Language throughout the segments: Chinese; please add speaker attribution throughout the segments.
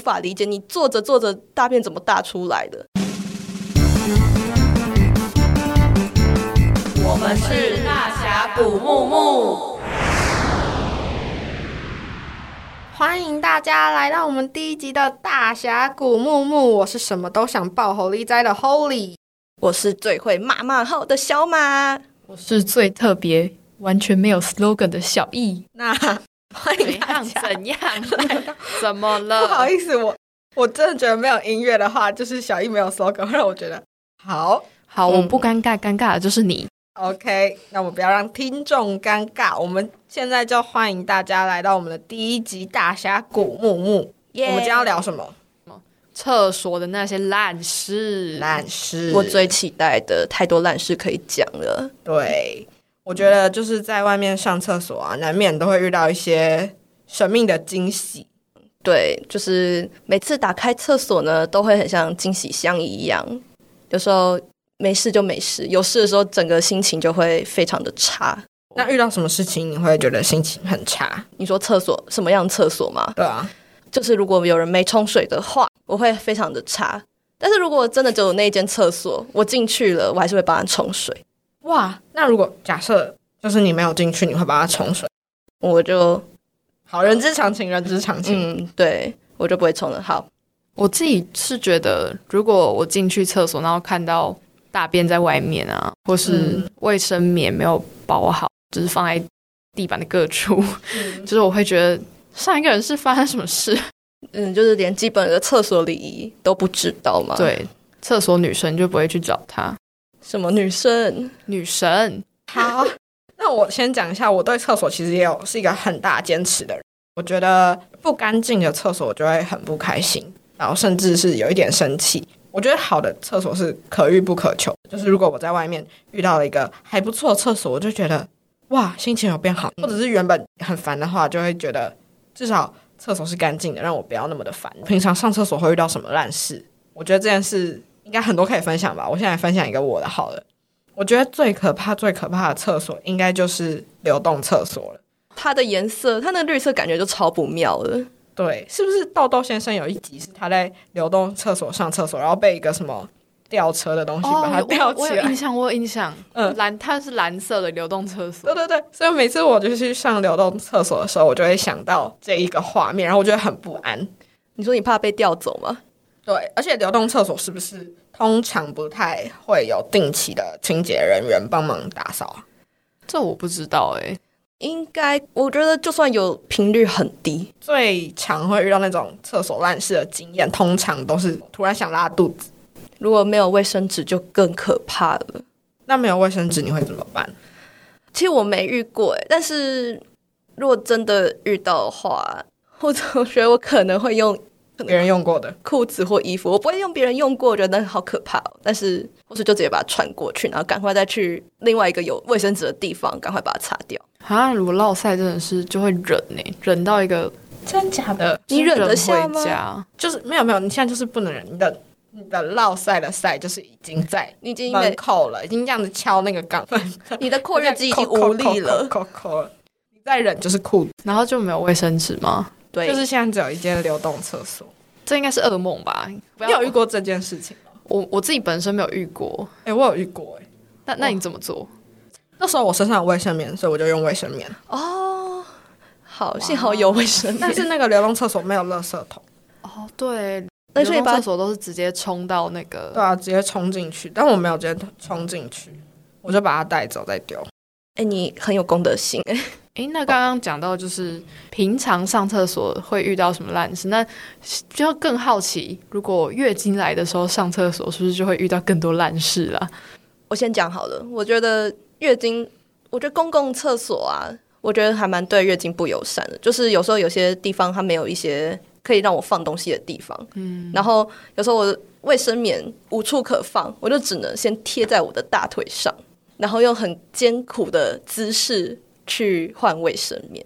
Speaker 1: 法理解，你坐着坐着大便怎么大出来的？
Speaker 2: 我们是大峡谷木木，
Speaker 3: 欢迎大家来到我们第一集的大峡谷木木，我是什么都想爆猴力斋的 Holy。
Speaker 1: 我是最会骂骂号的小马，
Speaker 4: 我是最特别、完全没有 slogan 的小易。
Speaker 3: 那欢
Speaker 2: 怎
Speaker 3: 迎大
Speaker 2: 样
Speaker 3: 家，
Speaker 2: 怎样？怎么
Speaker 3: 不好
Speaker 2: 了？
Speaker 3: 意思，我我真的觉得没有音乐的话，就是小易没有 slogan，会让我觉得好
Speaker 4: 好，
Speaker 1: 嗯
Speaker 4: 我不尴尬，尴尬的就是你。
Speaker 3: OK。那我们不要让听众尴尬，我们现在就欢迎大家来到我们的第一集大峡谷木木。
Speaker 1: 耶
Speaker 3: 我们今天要聊什么？
Speaker 2: 厕所的那些烂事，
Speaker 3: 烂事。
Speaker 1: 我最期待的太多烂事可以讲了。
Speaker 3: 对，我觉得就是在外面上厕所啊，难免都会遇到一些神秘的惊喜。
Speaker 1: 对，就是每次打开厕所呢，都会很像惊喜箱一样。有时候没事就没事，有事的时候整个心情就会非常的差。
Speaker 3: 那遇到什么事情你会觉得心情很差？
Speaker 1: 你说厕所什么样的厕所吗？
Speaker 3: 对啊，
Speaker 1: 就是如果有人没冲水的话，我会非常的差。但是如果真的只有那一间厕所，我进去了，我还是会帮他冲水。
Speaker 3: 哇，那如果假设就是你没有进去，你会把它冲水？
Speaker 1: 我就
Speaker 3: 好人之常情，人之常情。
Speaker 1: 嗯，对我就不会冲了。好，
Speaker 4: 我自己是觉得，如果我进去厕所，然后看到大便在外面啊，或是
Speaker 3: 嗯
Speaker 4: 卫生棉没有包好，就是放在地板的各处， 就是我会觉得上一个人是发生什么事？
Speaker 1: 嗯，就是连基本的厕所礼仪都不知道嘛。，
Speaker 4: 对，啊厕所女神就不会去找他。
Speaker 1: 什么女生？
Speaker 4: 女神，
Speaker 3: 好， 那我先讲一下，我对厕所其实也有是一个很大坚持的人。我觉得不干净的厕所，我就会很不开心，然后甚至是有一点生气。我觉得好的厕所是可遇不可求，就是如果我在外面遇到了一个还不错的厕所，我就觉得哇，心情有变好，或者是原本很烦的话，就会觉得至少厕所是干净的，让我不要那么的烦。平常上厕所会遇到什么烂事？我觉得这件事应该很多可以分享吧。我现在分享一个我的好了。我觉得最可怕、最可怕的厕所，应该就是流动厕所了。
Speaker 1: 它的颜色，它那绿色感觉就超不妙了。
Speaker 3: 对，是不是豆豆先生有一集是他在流动厕所上厕所，然后被一个什么吊车的东西把它
Speaker 4: 我哦有
Speaker 3: 吊
Speaker 4: 我
Speaker 3: 起
Speaker 4: 有
Speaker 3: 来？
Speaker 4: 印象，我有印象，
Speaker 3: 嗯
Speaker 4: 蓝，它是蓝色的流动厕所
Speaker 3: 对。对对，所以每次我就去上流动厕所的时候，我就会想到这一个画面，然后我就会很不安。
Speaker 1: 你说你怕被调走吗？
Speaker 3: 对，而且流动厕所是不是通常不太会有定期的清洁人员帮忙打扫啊？
Speaker 4: 这我不知道哎、
Speaker 1: 应该，我觉得就算有频率很低，
Speaker 3: 最常会遇到那种厕所烂事的经验，通常都是突然想拉肚子。
Speaker 1: 如果没有卫生纸就更可怕了。
Speaker 3: 那没有卫生纸你会怎么办？
Speaker 1: 其实我没遇过，欸但是如果真的遇到的话，我总觉得我可能会用
Speaker 3: 别人用过的，
Speaker 1: 裤子或衣服，我不会用别人用过，我觉得那好可怕、哦。但是或是就直接把它穿过去，然后赶快再去另外一个有卫生纸的地方，赶快把它擦掉。
Speaker 4: 啊，如果落塞真的是就会忍呢、忍到一个呃
Speaker 3: 真假的？
Speaker 1: 你忍得下
Speaker 4: 回
Speaker 1: 吗？
Speaker 4: 家，
Speaker 3: 就是没有没有，你现在就是不能忍，你的你的落塞的塞就是已经在
Speaker 1: 你已经
Speaker 3: 门
Speaker 1: 没，
Speaker 3: 口 了，已经这样子敲那个杠 门，
Speaker 1: 你的括约肌已经
Speaker 3: 扣扣
Speaker 1: 无力了。
Speaker 3: 扣扣扣扣了。 你再忍就是裤子，
Speaker 4: 然后就没有卫生纸吗？
Speaker 1: 对，
Speaker 3: 就是现在只有一间流动厕所。
Speaker 4: 这应该是噩梦吧？不
Speaker 3: 你
Speaker 4: 要
Speaker 3: 有遇过这件事情吗？
Speaker 4: 我我自己本身没有遇过，
Speaker 3: 哎、我有遇过哎、
Speaker 4: 那那你怎么做？
Speaker 3: 那时候我身上有卫生棉，所以我就用卫生棉。
Speaker 1: 哦，好，幸好有卫生
Speaker 3: 但
Speaker 1: 棉。
Speaker 3: 是那个流动厕所没有垃圾桶，
Speaker 4: 哦，对，
Speaker 1: 那
Speaker 4: 那
Speaker 1: 所
Speaker 4: 所
Speaker 1: 以
Speaker 4: 以
Speaker 1: 把
Speaker 4: 厕所都是直接冲到那个。
Speaker 3: 对啊，直接冲进去。但我没有直接冲进去，我就把它带走再丢。
Speaker 1: 哎、你很有公德心哎、
Speaker 4: 诶，那刚刚讲到就是平常上厕所会遇到什么烂事，那就要更好奇，如果月经来的时候上厕所，是不是就会遇到更多烂事啦？
Speaker 1: 我先讲好了，我觉得月经，我觉得公共厕所啊，我觉得还蛮对月经不友善的。就是有时候有些地方它没有一些可以让我放东西的地方，嗯，然后有时候我的卫生棉无处可放，我就只能先贴在我的大腿上，然后用很艰苦的姿势去换卫生棉。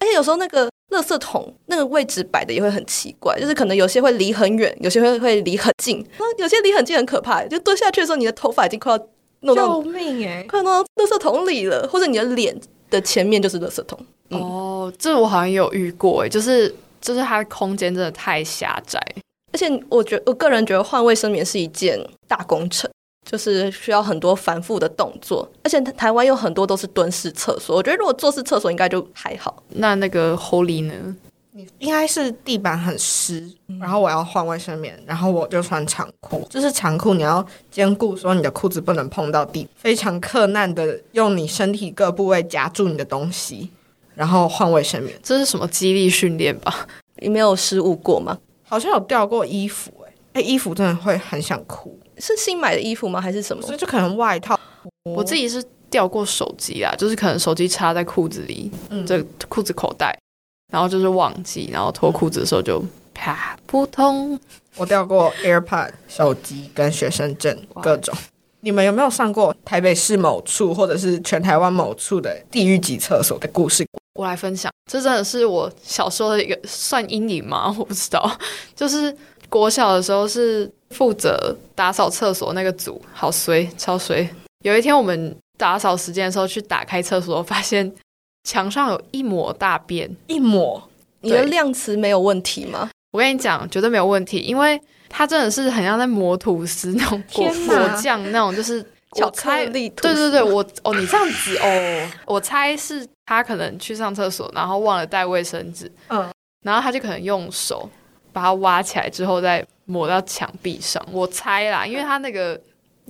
Speaker 1: 而且有时候那个垃圾桶那个位置摆的也会很奇怪，就是可能有些会离很远，有些会会离很近，然后有些离很近很可怕，就蹲下去的时候，你的头发已经快要弄到
Speaker 3: 命哎、
Speaker 1: 快要弄到垃圾桶里了，或者你的脸的前面就是垃圾桶。嗯
Speaker 4: 哦，这我好像也有遇过，诶，就是就是它的空间真的太狭窄。
Speaker 1: 而且我觉我个人觉得换卫生棉是一件大工程，就是需要很多繁复的动作，而且台湾有很多都是蹲式厕所，我觉得如果坐式厕所应该就还好。
Speaker 4: 那那个 Holy 呢？
Speaker 3: 你应该是地板很湿，
Speaker 4: 嗯
Speaker 3: 然后我要换卫生棉，然后我就穿长裤。就是长裤，你要兼顾说你的裤子不能碰到地，非常克难的用你身体各部位夹住你的东西，然后换卫生棉。
Speaker 4: 这是什么激励训练吧？
Speaker 1: 你没有失误过吗？
Speaker 3: 好像有掉过衣服、欸，哎、衣服真的会很想哭，
Speaker 1: 是新买的衣服吗？还是什么？
Speaker 3: 所以就可能外套。哦
Speaker 4: 我自己是掉过手机啦，就是可能手机插在裤子里，
Speaker 3: 嗯
Speaker 4: 这裤子口袋，然后就是忘记，然后脱裤子的时候就啪扑通。
Speaker 3: 我掉过 AirPod、手机跟学生证各种。你们有没有上过台北市某处或者是全台湾某处的地狱级厕所的故事？
Speaker 4: 我来分享，这真的是我小时候的一个算阴影吗？ 我不知道，就是国小的时候是负责打扫厕所那个组，好衰，超衰。有一天我们打扫时间的时候去打开厕所，发现墙上有一抹大便。
Speaker 3: 一抹
Speaker 1: 你的
Speaker 4: 对
Speaker 1: 量词没有问题吗？
Speaker 4: 我跟你讲，绝对没有问题，因为它真的是很像在磨吐司那种果
Speaker 3: 天哪
Speaker 4: 果酱那种，就是
Speaker 1: 巧
Speaker 4: 我猜
Speaker 1: 克力吐
Speaker 4: 对对
Speaker 1: 司
Speaker 4: 对，我哦，你这样子哦，我猜是他可能去上厕所，然后忘了带卫生纸，
Speaker 3: 嗯，
Speaker 4: 然后他就可能用手把它挖起来之后再抹到墙壁上，我猜啦，因为他那个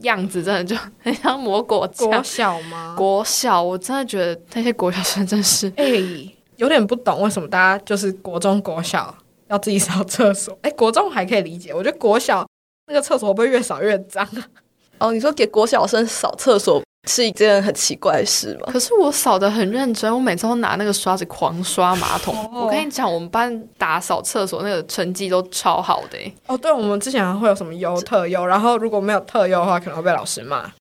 Speaker 4: 样子真的就很像 抹果酱。
Speaker 3: 国小吗？
Speaker 4: 国小，我真的觉得那些国小生真是
Speaker 3: 哎、有点不懂为什么大家就是国中、国小要自己扫厕所。哎、国中还可以理解，我觉得国小那个厕所会不会越扫越脏啊？
Speaker 1: 哦，你说给国小生扫厕所是一件很奇怪的事吗？
Speaker 4: 可是我扫的很认真，我每次都拿那个刷子狂刷马桶。
Speaker 3: 哦
Speaker 4: 我跟你讲，我们班打扫厕所那个成绩都超好的欸、
Speaker 3: 哦，对，我们之前会有什么优特优，然后如果没有特优的话，可能会被老师骂。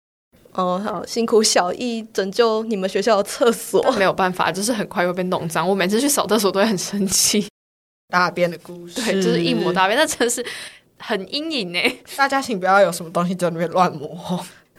Speaker 1: 哦，好，辛苦小易拯救你们学校的厕所。
Speaker 4: 但没有办法，就是很快会被弄脏。我每次去扫厕所都会很生气，
Speaker 3: 大便的故事，
Speaker 4: 对，就是一抹。大便，那真的是很阴影欸呢、
Speaker 3: 大家请不要有什么东西在那边乱摸。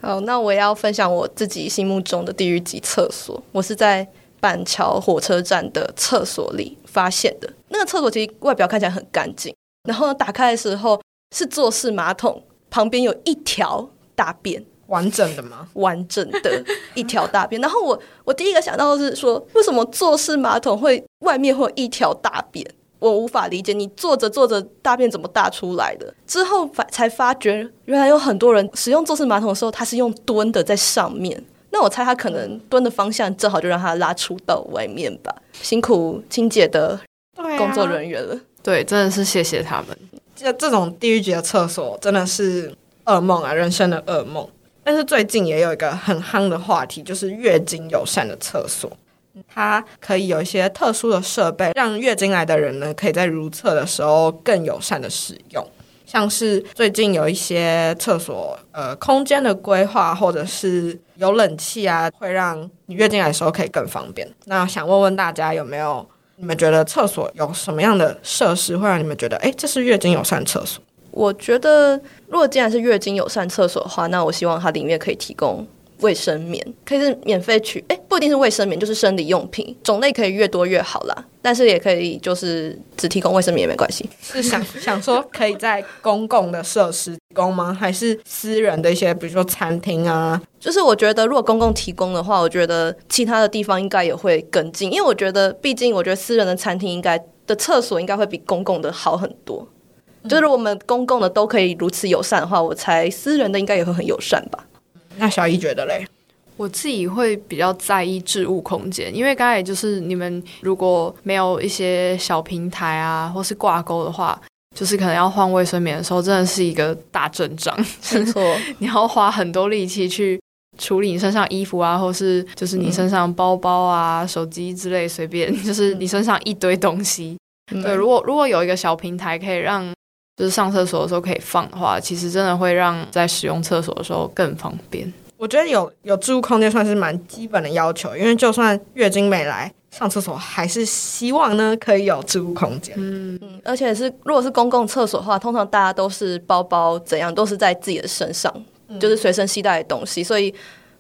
Speaker 1: 好，那我也要分享我自己心目中的地狱级厕所。我是在板桥火车站的厕所里发现的。那个厕所其实外表看起来很干净，然后打开的时候是坐式马桶，旁边有一条大便，
Speaker 3: 完整的吗？
Speaker 1: 完整的一条大便。然后我我第一个想到的是说，为什么坐式马桶会外面会有一条大便？我无法理解，你坐着坐着大便怎么大出来的？之后发才发觉，原来有很多人使用坐式马桶的时候，他是用蹲的在上面。那我猜他可能蹲的方向正好就让他拉出到外面吧。辛苦清洁的
Speaker 4: 啊
Speaker 3: 对
Speaker 1: 工作人员了。
Speaker 4: 对，真的是谢谢他们。
Speaker 3: 这这种地狱级的厕所真的是噩梦啊，人生的噩梦。但是最近也有一个很夯的话题，就是月经友善的厕所，它可以有一些特殊的设备，让月经来的人呢，可以在如厕的时候更友善的使用。像是最近有一些厕所，呃，空间的规划或者是有冷气啊，会让你月经来的时候可以更方便。那想问问大家有没有你们觉得厕所有什么样的设施会让你们觉得，哎，这是月经友善厕所？
Speaker 1: 我觉得，如果既然是月经友善厕所的话，那我希望它里面可以提供卫生棉，可以是免费取，哎，不一定是卫生棉，就是生理用品，种类可以越多越好啦。但是也可以就是只提供卫生棉也没关系。
Speaker 3: 是想想说可以在公共的设施提供吗？还是私人的一些，比如说餐厅啊？
Speaker 1: 就是我觉得，如果公共提供的话，我觉得其他的地方应该也会跟进，因为我觉得，毕竟我觉得私人的餐厅应该的厕所应该会比公共的好很多。就是如果我们公共的都可以如此友善的话，我猜私人的应该也会很友善吧。
Speaker 3: 那小易觉得嘞，
Speaker 4: 我自己会比较在意置物空间，因为刚才就是你们如果没有一些小平台啊，或是挂钩的话，就是可能要换卫生棉的时候，真的是一个大阵仗。
Speaker 1: 没错。
Speaker 4: 你要花很多力气去处理你身上衣服啊，或是就是你身上包包啊、手机之类，随便 就是你身上一堆东西。对，如果如果有一个小平台可以让就是上厕所的时候可以放的话，其实真的会让在使用厕所的时候更方便。
Speaker 3: 我觉得有有置物空间算是蛮基本的要求，因为就算月经没来上厕所，还是希望呢可以有置物空间。
Speaker 4: 嗯，
Speaker 1: 嗯，而且是如果是公共厕所的话，通常大嗯家都是包包怎样都是在自己的身上，就是随身携带的东西，所以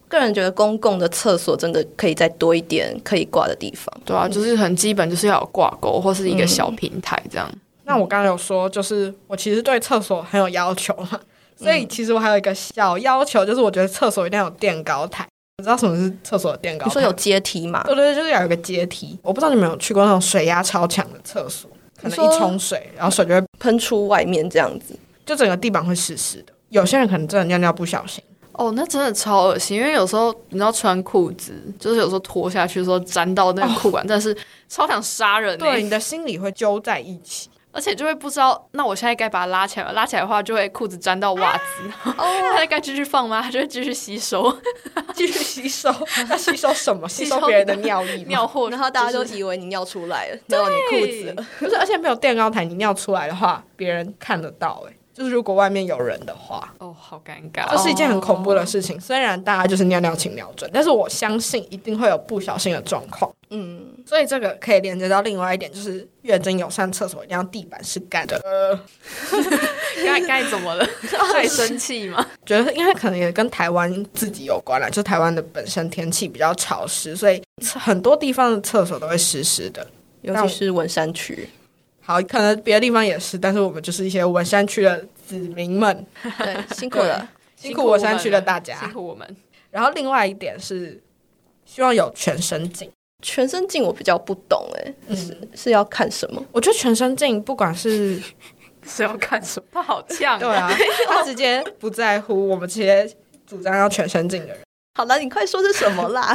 Speaker 1: 个人觉得公共的厕所真的可以再多一点可以挂的地方。
Speaker 4: 对啊，就是很基本，就是要有挂钩或是一个小平台这样。
Speaker 3: 那我刚刚有说，就是我其实对厕所很有要求嘛，
Speaker 1: 嗯
Speaker 3: 所以其实我还有一个小要求，就是我觉得厕所一定要有垫高台。你知道什么是厕所的垫高
Speaker 1: 你
Speaker 3: 台？
Speaker 1: 说有阶梯嘛？
Speaker 3: 对对，对就是要有一个阶梯。我不知道你们有去过那种水压超强的厕所，可能
Speaker 1: 你
Speaker 3: 一
Speaker 1: 说
Speaker 3: 冲水，然后水就会
Speaker 1: 喷出外面这样子，
Speaker 3: 就整个地板会湿湿的。有些人可能真的尿尿不小心，
Speaker 4: 哦，那真的超恶心，因为有时候你知道穿裤子，就是有时候脱下去的时候沾到那个裤管，但是超想杀人、欸。
Speaker 3: 对，你的心里会揪在一起。
Speaker 4: 而且就会不知道，那我现在该把它拉起来吗？拉起来的话，就会裤子沾到袜子，
Speaker 1: 哦
Speaker 4: 它、该继续放吗？它就会继续吸收
Speaker 3: 继续吸收，那吸收什么？吸
Speaker 4: 吸
Speaker 3: 收
Speaker 4: 收
Speaker 3: 别人的 尿液吗。
Speaker 4: 尿 或
Speaker 1: 然后大家
Speaker 4: 就
Speaker 1: 都
Speaker 4: 是
Speaker 1: 以为你尿出来了，尿到你裤子了。
Speaker 3: 不是，而且没有垫高台，你尿出来的话，别人看得到、欸。哎，就是如果外面有人的话，
Speaker 4: 哦，好尴尬。
Speaker 3: 这是一件很恐怖的事情。虽然大家就是尿尿请瞄准，但是我相信一定会有不小心的状况。
Speaker 1: 嗯，
Speaker 3: 所以这个可以连接到另外一点，就是月经友善厕所一定要地板是干的。呃，
Speaker 4: 该该怎么了？ 太生气 吗？
Speaker 3: 觉得因为可能也跟台湾自己有关啦，就台湾的本身天气比较潮湿，所以很多地方的厕所都会湿湿的。
Speaker 1: 尤
Speaker 3: 但我
Speaker 1: 其是文山区，
Speaker 3: 好，可能别的地方也是，但是我们就是一些文山区的子民们，
Speaker 1: 对， 辛苦了。
Speaker 3: 辛苦文山区的大
Speaker 4: 辛
Speaker 3: 家。
Speaker 4: 苦我们。啊
Speaker 3: 然后另外一点是，希望有全身镜。
Speaker 1: 全身镜我比较不懂、欸，
Speaker 3: 嗯，
Speaker 1: 是要看什么？
Speaker 3: 我觉得全身镜不管是
Speaker 4: 是要看什么？他好呛、
Speaker 3: 对 啊，他直接不在乎我们这些主张要全身镜的人。
Speaker 1: 好了，你快说是什么 啦？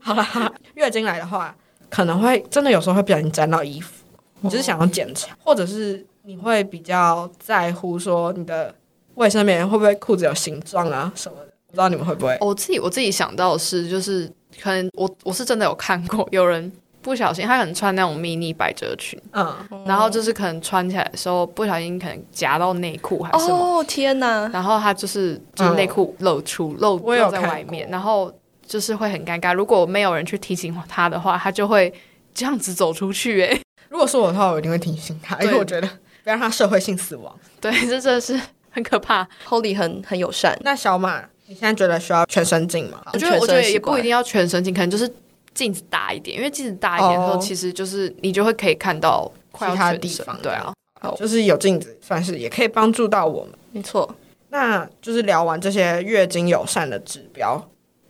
Speaker 3: 好啦，月经来的话，可能会真的有时候会不小心沾到衣服，
Speaker 4: 哦
Speaker 3: 你就是想要检查，或者是你会比较在乎说你的卫生棉会不会裤子有形状啊什么的。不知道你们会不会？
Speaker 4: 哦我自己我自己想到的是，就是可能我我是真的有看过有人不小心，他可能穿那种迷你百褶裙，
Speaker 3: 嗯，
Speaker 4: 然后就是可能穿起来的时候不小心可能夹到内裤还是什么，
Speaker 1: 哦天哪！
Speaker 4: 然后他就是就是内裤露出、露
Speaker 3: 嗯我有
Speaker 4: 露在
Speaker 3: 看
Speaker 4: 外面，
Speaker 3: 过
Speaker 4: 然后就是会很尴尬。如果没有人去提醒他的话，他就会这样子走出去、欸。哎，
Speaker 3: 如果是我的话，我一定会提醒他，因为
Speaker 4: 对
Speaker 3: 我觉得不要让他社会性死亡。
Speaker 4: 对，这真的是很可怕。
Speaker 1: Holy 很很友善，
Speaker 3: 那小马，你现在觉得需要全身镜吗？
Speaker 4: 我觉
Speaker 1: 全
Speaker 4: 得我觉得
Speaker 1: 身
Speaker 4: 也
Speaker 1: 习
Speaker 4: 不
Speaker 1: 惯
Speaker 4: 一定要全身镜，可能就是镜子大一点，因为镜子大一点
Speaker 3: 哦
Speaker 4: 后，其实就是你就会可以看到快要
Speaker 3: 其他
Speaker 4: 全
Speaker 3: 地
Speaker 4: 身
Speaker 3: 方
Speaker 4: 对啊，
Speaker 3: 就是有镜子，算是也可以帮助到我们。
Speaker 1: 没错。
Speaker 3: 那就是聊完这些月经友善的指标，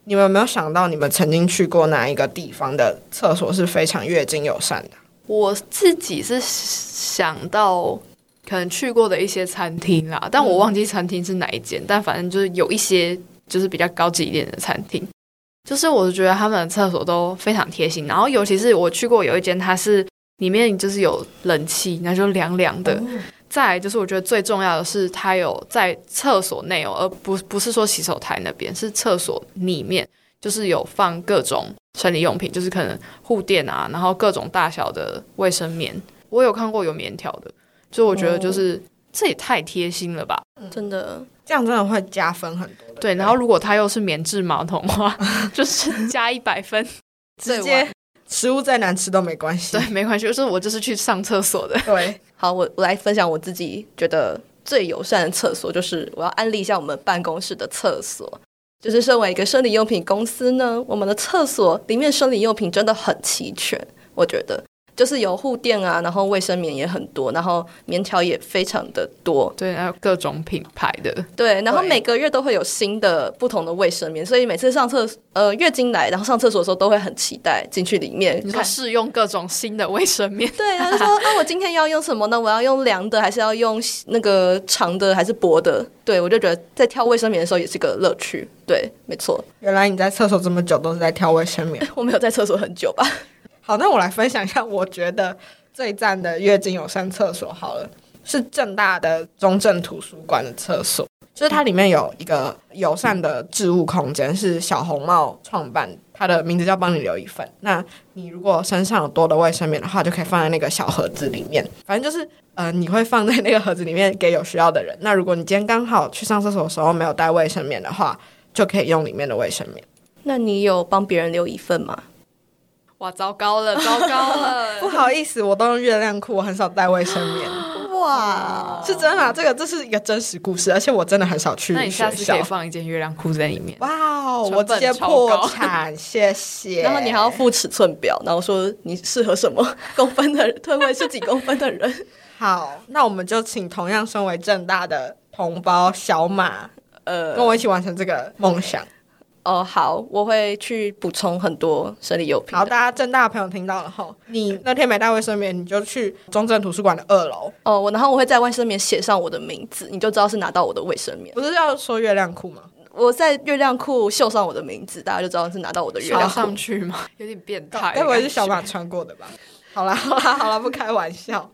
Speaker 3: 你们有没有想到你们曾经去过哪一个地方的厕所是非常月经友善的？
Speaker 4: 我自己是想到可能去过的一些餐厅啦，但
Speaker 3: 嗯
Speaker 4: 我忘记餐厅是哪一间，但反正就是有一些就是比较高级一点的餐厅，就是我觉得他们的厕所都非常贴心，然后尤其是我去过有一间，它是里面就是有冷气，那就凉凉的。再来就是我觉得最重要的是，它有在厕所内哦，而不不是说洗手台那边，是厕所里面就是有放各种生理用品，就是可能护垫啊，然后各种大小的卫生棉，我有看过有棉条的，所以我觉得就是、这也太贴心了吧。
Speaker 1: 真的，
Speaker 3: 这样真的会加分很多的。
Speaker 4: 对，然后如果它又是棉质毛筒的话，就是加一百 分。
Speaker 3: 直
Speaker 1: 最晚
Speaker 3: 接食物再难吃都没关系
Speaker 4: 对。，没关系，就是我就是去上厕所的。
Speaker 3: 对，
Speaker 1: 好，我我来分享我自己觉得最友善的厕所，就是我要安利一下我们办公室的厕所。就是身为一个生理用品公司呢，我们的厕所里面生理用品真的很齐全，我觉得就是有护垫啊，然后卫生棉也很多，然后棉条也非常的多，
Speaker 4: 对，然后各种品牌的，
Speaker 1: 对，然后
Speaker 3: 对
Speaker 1: 每个月都会有新的不同的卫生棉，所以每次上厕呃月经来，然后上厕所的时候都会很期待进去里面
Speaker 4: 你说
Speaker 1: 看。
Speaker 4: 试用各种新的卫生棉，
Speaker 1: 对，他就说啊，我今天要用什么呢？我要用凉的，还是要用那个长的，还是薄的？对我就觉得在挑卫生棉的时候也是个乐趣。对，没错，
Speaker 3: 原来你在厕所这么久都是在挑卫生棉。
Speaker 1: 我没有在厕所很久吧？
Speaker 3: 好，那我来分享一下，我觉得最赞的月经友善厕所好了，是正大的中正图书馆的厕所，就是
Speaker 1: 嗯
Speaker 3: 它里面有一个友善的置物空间，是小红帽创办，它的名字叫“帮你留一份”。那你如果身上有多的卫生棉的话，就可以放在那个小盒子里面，反正就是。呃，你会放在那个盒子里面给有需要的人。那如果你今天刚好去上厕所的时候没有带卫生棉的话，就可以用里面的卫生棉。
Speaker 1: 那你有帮别人留一份吗？
Speaker 4: 哇，糟糕了，糟糕了！
Speaker 3: 不好意思，我都用月亮裤，我很少带卫生棉。
Speaker 1: 哇，
Speaker 3: 是真的啊、这个这是一个真实故事，而且我真的很少去
Speaker 4: 哦那你下
Speaker 3: 学
Speaker 4: 次可以
Speaker 3: 校。
Speaker 4: 放一件月亮裤在里面。
Speaker 3: 哇哦，
Speaker 4: 成
Speaker 3: 我直
Speaker 4: 本
Speaker 3: 接
Speaker 4: 超
Speaker 3: 破
Speaker 4: 高
Speaker 3: 产， 谢谢。
Speaker 1: 然后你还要附尺寸表，然后说你适合什么公分的人，推位是几公分的 人。
Speaker 3: 好，那我们就请同样身为正大的同胞小马
Speaker 1: 呃，
Speaker 3: 跟我一起完成这个梦想。
Speaker 1: 哦，好，我会去补充很多生理用品。
Speaker 3: 好，，大家正大的朋友听到了后，你那天没带卫生棉，你就去中正图书馆的二楼，
Speaker 1: 哦，我然后我会在卫生棉写上我的名字，你就知道是拿到我的卫生棉。
Speaker 3: 不是要说月亮裤吗？
Speaker 1: 我在月亮裤绣上我的名字，大家就知道是拿到我的月
Speaker 4: 爬
Speaker 1: 亮裤。
Speaker 4: 上去吗？有点变态的感觉。
Speaker 3: 该不会是小马穿过的吧？好啦好啦好啦，不开玩笑。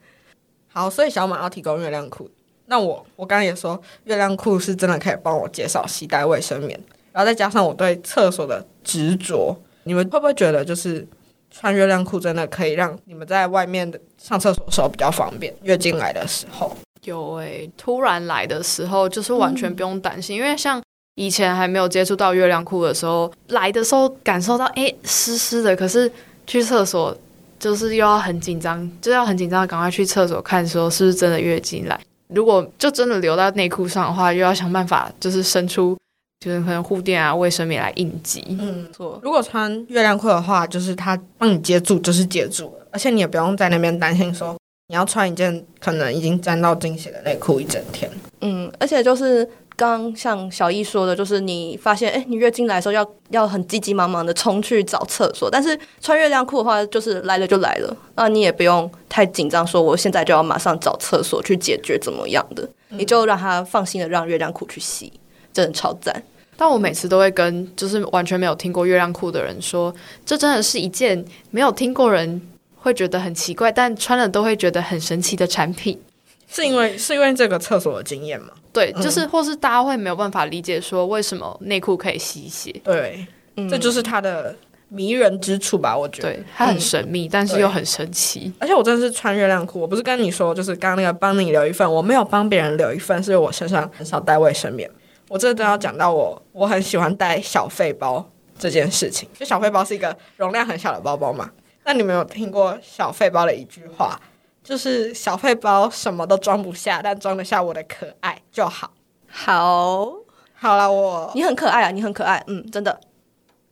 Speaker 3: 好，所以小马要提供月亮裤。那我我刚刚也说，月亮裤是真的可以帮我减少携带卫生棉，然后再加上我对厕所的执着，你们会不会觉得就是穿月亮裤真的可以让你们在外面的上厕所的时候比较方便？月经来的时候，
Speaker 4: 有诶、突然来的时候就是完全不用担心，因为像以前还没有接触到月亮裤的时候，来的时候感受到诶湿湿的，可是去厕所就是又要很紧张，就要很紧张，赶快去厕所看说是不是真的月经来。如果就真的留到内裤上的话，又要想办法就是伸出就是可能护垫啊、卫生棉来应急。
Speaker 3: 嗯，
Speaker 1: 错，
Speaker 3: 如果穿月亮裤的话，就是它帮你接住，就是接住了，而且你也不用在那边担心说你要穿一件可能已经沾到经血的内裤一整天。
Speaker 1: 嗯，而且就是刚像小易说的，就是你发现哎、诶你月经来的时候要要很急急忙忙的冲去找厕所，但是穿月亮裤的话，就是来了就来了，那你也不用太紧张，说我现在就要马上找厕所去解决怎么样的，
Speaker 4: 嗯
Speaker 1: 你就让他放心的让月亮裤去洗，真的超赞。
Speaker 4: 但我每次都会跟就是完全没有听过月亮裤的人说，这真的是一件没有听过人会觉得很奇怪，但穿了都会觉得很神奇的产品。
Speaker 3: 是因为是因为这个厕所的经验吗？
Speaker 4: 对，就是或是大家会没有办法理解说为什么内裤可以吸血，
Speaker 3: 对，
Speaker 1: 嗯
Speaker 3: 这就是它的迷人之处吧，我觉得。
Speaker 4: 对，嗯它很神秘，但是又很神奇。
Speaker 3: 而且我真的是穿月亮裤，我不是跟你说，就是刚刚那个帮你留一份，我没有帮别人留一份，是因为我身上很少带卫生棉。我这都要讲到我，我很喜欢带小费包这件事情。就小费包是一个容量很小的包包嘛。那你们有听过小费包的一句话，就是小费包什么都装不下，但装得下我的可爱就好。
Speaker 1: 好，
Speaker 3: 好了，我
Speaker 1: 你很可爱啊，你很可爱，嗯，真的。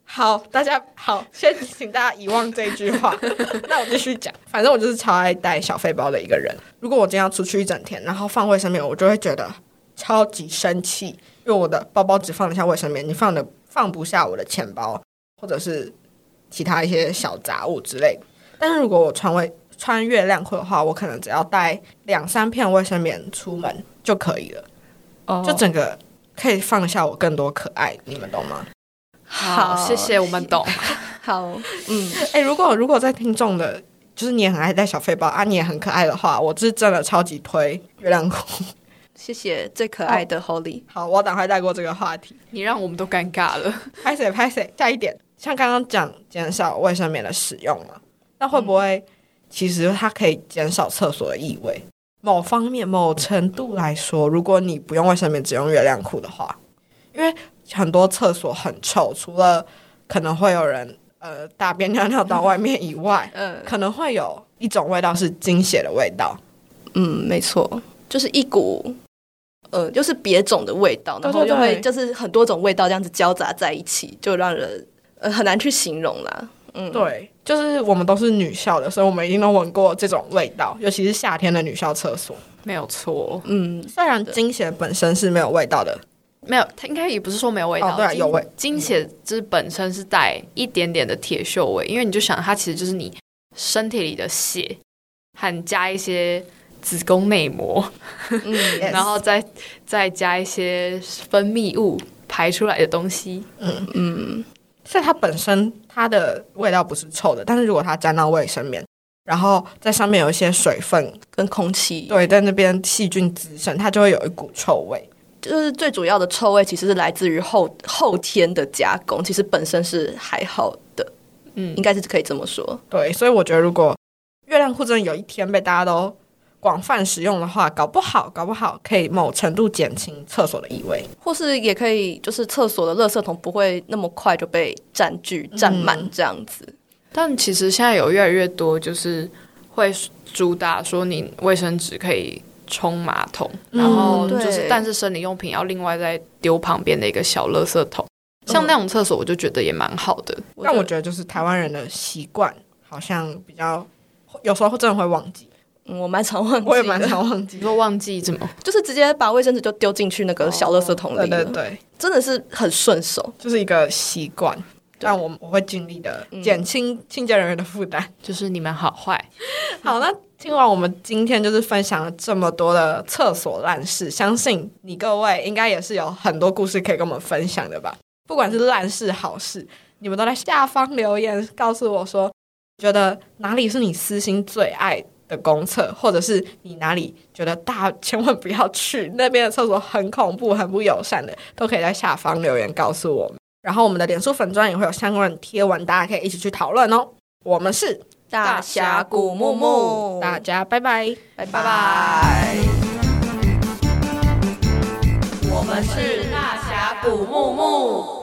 Speaker 3: 好，大家好，先请大家遗忘这一句话。那我继续讲，反正我就是超爱带小费包的一个人。如果我今天要出去一整天，然后放卫生棉，我就会觉得超级生气，因为我的包包只放得下卫生棉，你放的放不下我的钱包或者是其他一些小杂物之类的。但是如果我穿卫穿月亮裤的话，我可能只要带两三片卫生棉出门就可以了，
Speaker 4: 哦
Speaker 3: 就整个可以放下我更多可爱，你们懂吗？
Speaker 4: 好，谢谢，我们懂。
Speaker 1: 好，嗯，
Speaker 3: 哎、如果如果在听众的，就是你也很爱带小费包啊，你也很可爱的话，我是真的超级推月亮裤。
Speaker 1: 谢谢最可爱的 Holly。
Speaker 3: 好，我赶快带过这个话题。
Speaker 4: 你让我们都尴尬了。
Speaker 3: 拍谁拍谁，下一点，像刚刚讲减少卫生棉的使用嘛，那会不会其实它可以减少厕所的异味？某方面、某程度来说，如果你不用卫生棉，只用月亮裤的话，因为很多厕所很臭，除了可能会有人呃大便尿尿到外面以外，
Speaker 1: 嗯
Speaker 3: 可能会有一种味道是精血的味道，
Speaker 1: 嗯，没错，就是一股呃，就是别种的味道，
Speaker 3: 对
Speaker 1: 然后就会
Speaker 3: 对对
Speaker 1: 就是很多种味道这样子交杂在一起，就让人呃很难去形容啦。嗯，，
Speaker 3: 对，就是我们都是女校的，所以我们一定都闻过这种味道，尤其是夏天的女校厕所。
Speaker 4: 没有错，
Speaker 1: 嗯，
Speaker 3: 虽然精血本身是没有味道的，
Speaker 4: 没有，它应该也不是说没有味道，
Speaker 3: 哦对啊
Speaker 4: 金
Speaker 3: 有味
Speaker 4: 金血之本身是带一点点的铁锈味，因为你就想它其实就是你身体里的血，还加一些子宫内膜，
Speaker 1: 嗯
Speaker 3: Yes
Speaker 4: 然后再再加一些分泌物排出来的东西。
Speaker 1: 嗯，
Speaker 3: 所以它本身它的味道不是臭的，但是如果它沾到卫生棉，然后在上面有一些水分，
Speaker 1: 跟空气，
Speaker 3: 对，在那边细菌滋生，它就会有一股臭味。
Speaker 1: 就是最主要的臭味其实是来自于后后天的加工，其实本身是还好的，
Speaker 4: 嗯
Speaker 1: 应，该是可以这么说。
Speaker 3: 对，所以我觉得如果月亮裤真的有一天被大家都广泛使用的话，搞不好搞不好可以某程度减轻厕所的异味。
Speaker 1: 或是也可以，就是厕所的垃圾桶不会那么快就被占据、占
Speaker 3: 嗯
Speaker 1: 满这样子。
Speaker 4: 但其实现在有越来越多就是会主打说你卫生纸可以冲马桶，
Speaker 3: 嗯
Speaker 4: 然后
Speaker 1: 对
Speaker 4: 就是但是生理用品要另外再丢旁边的一个小垃圾桶。
Speaker 3: 嗯
Speaker 4: 像那种厕所，我就觉得也蛮好的。
Speaker 3: 但我觉得就是台湾人的习惯好像比较，有时候真的会忘记，
Speaker 1: 嗯我蛮常忘记，
Speaker 3: 我也蛮，常忘
Speaker 4: 你
Speaker 3: 记。
Speaker 4: 说忘记怎么？
Speaker 1: 就是直接把卫生纸就丢进去那个小垃圾桶里
Speaker 3: 对
Speaker 1: 了，
Speaker 3: 对对，
Speaker 1: 真的是很顺手。
Speaker 3: 就是一个习惯，但我我会尽力的减轻清洁人员的负担。
Speaker 4: 就是你们好坏，
Speaker 3: 好，那听完我们今天就是分享了这么多的厕所烂事，相信你各位应该也是有很多故事可以跟我们分享的吧？不管是烂事好事，你们都在下方留言告诉我说，觉得哪里是你私心最爱的公厕，或者是你哪里觉得大千万不要去那边的厕所很恐怖、很不友善的，都可以在下方留言告诉我们。然后我们的脸书粉专也会有相关的贴文，大家可以一起去讨论哦。我们是
Speaker 1: 大峡谷木木，
Speaker 3: 大家拜拜。
Speaker 1: 拜拜
Speaker 2: 拜拜。我们是大峡谷木木。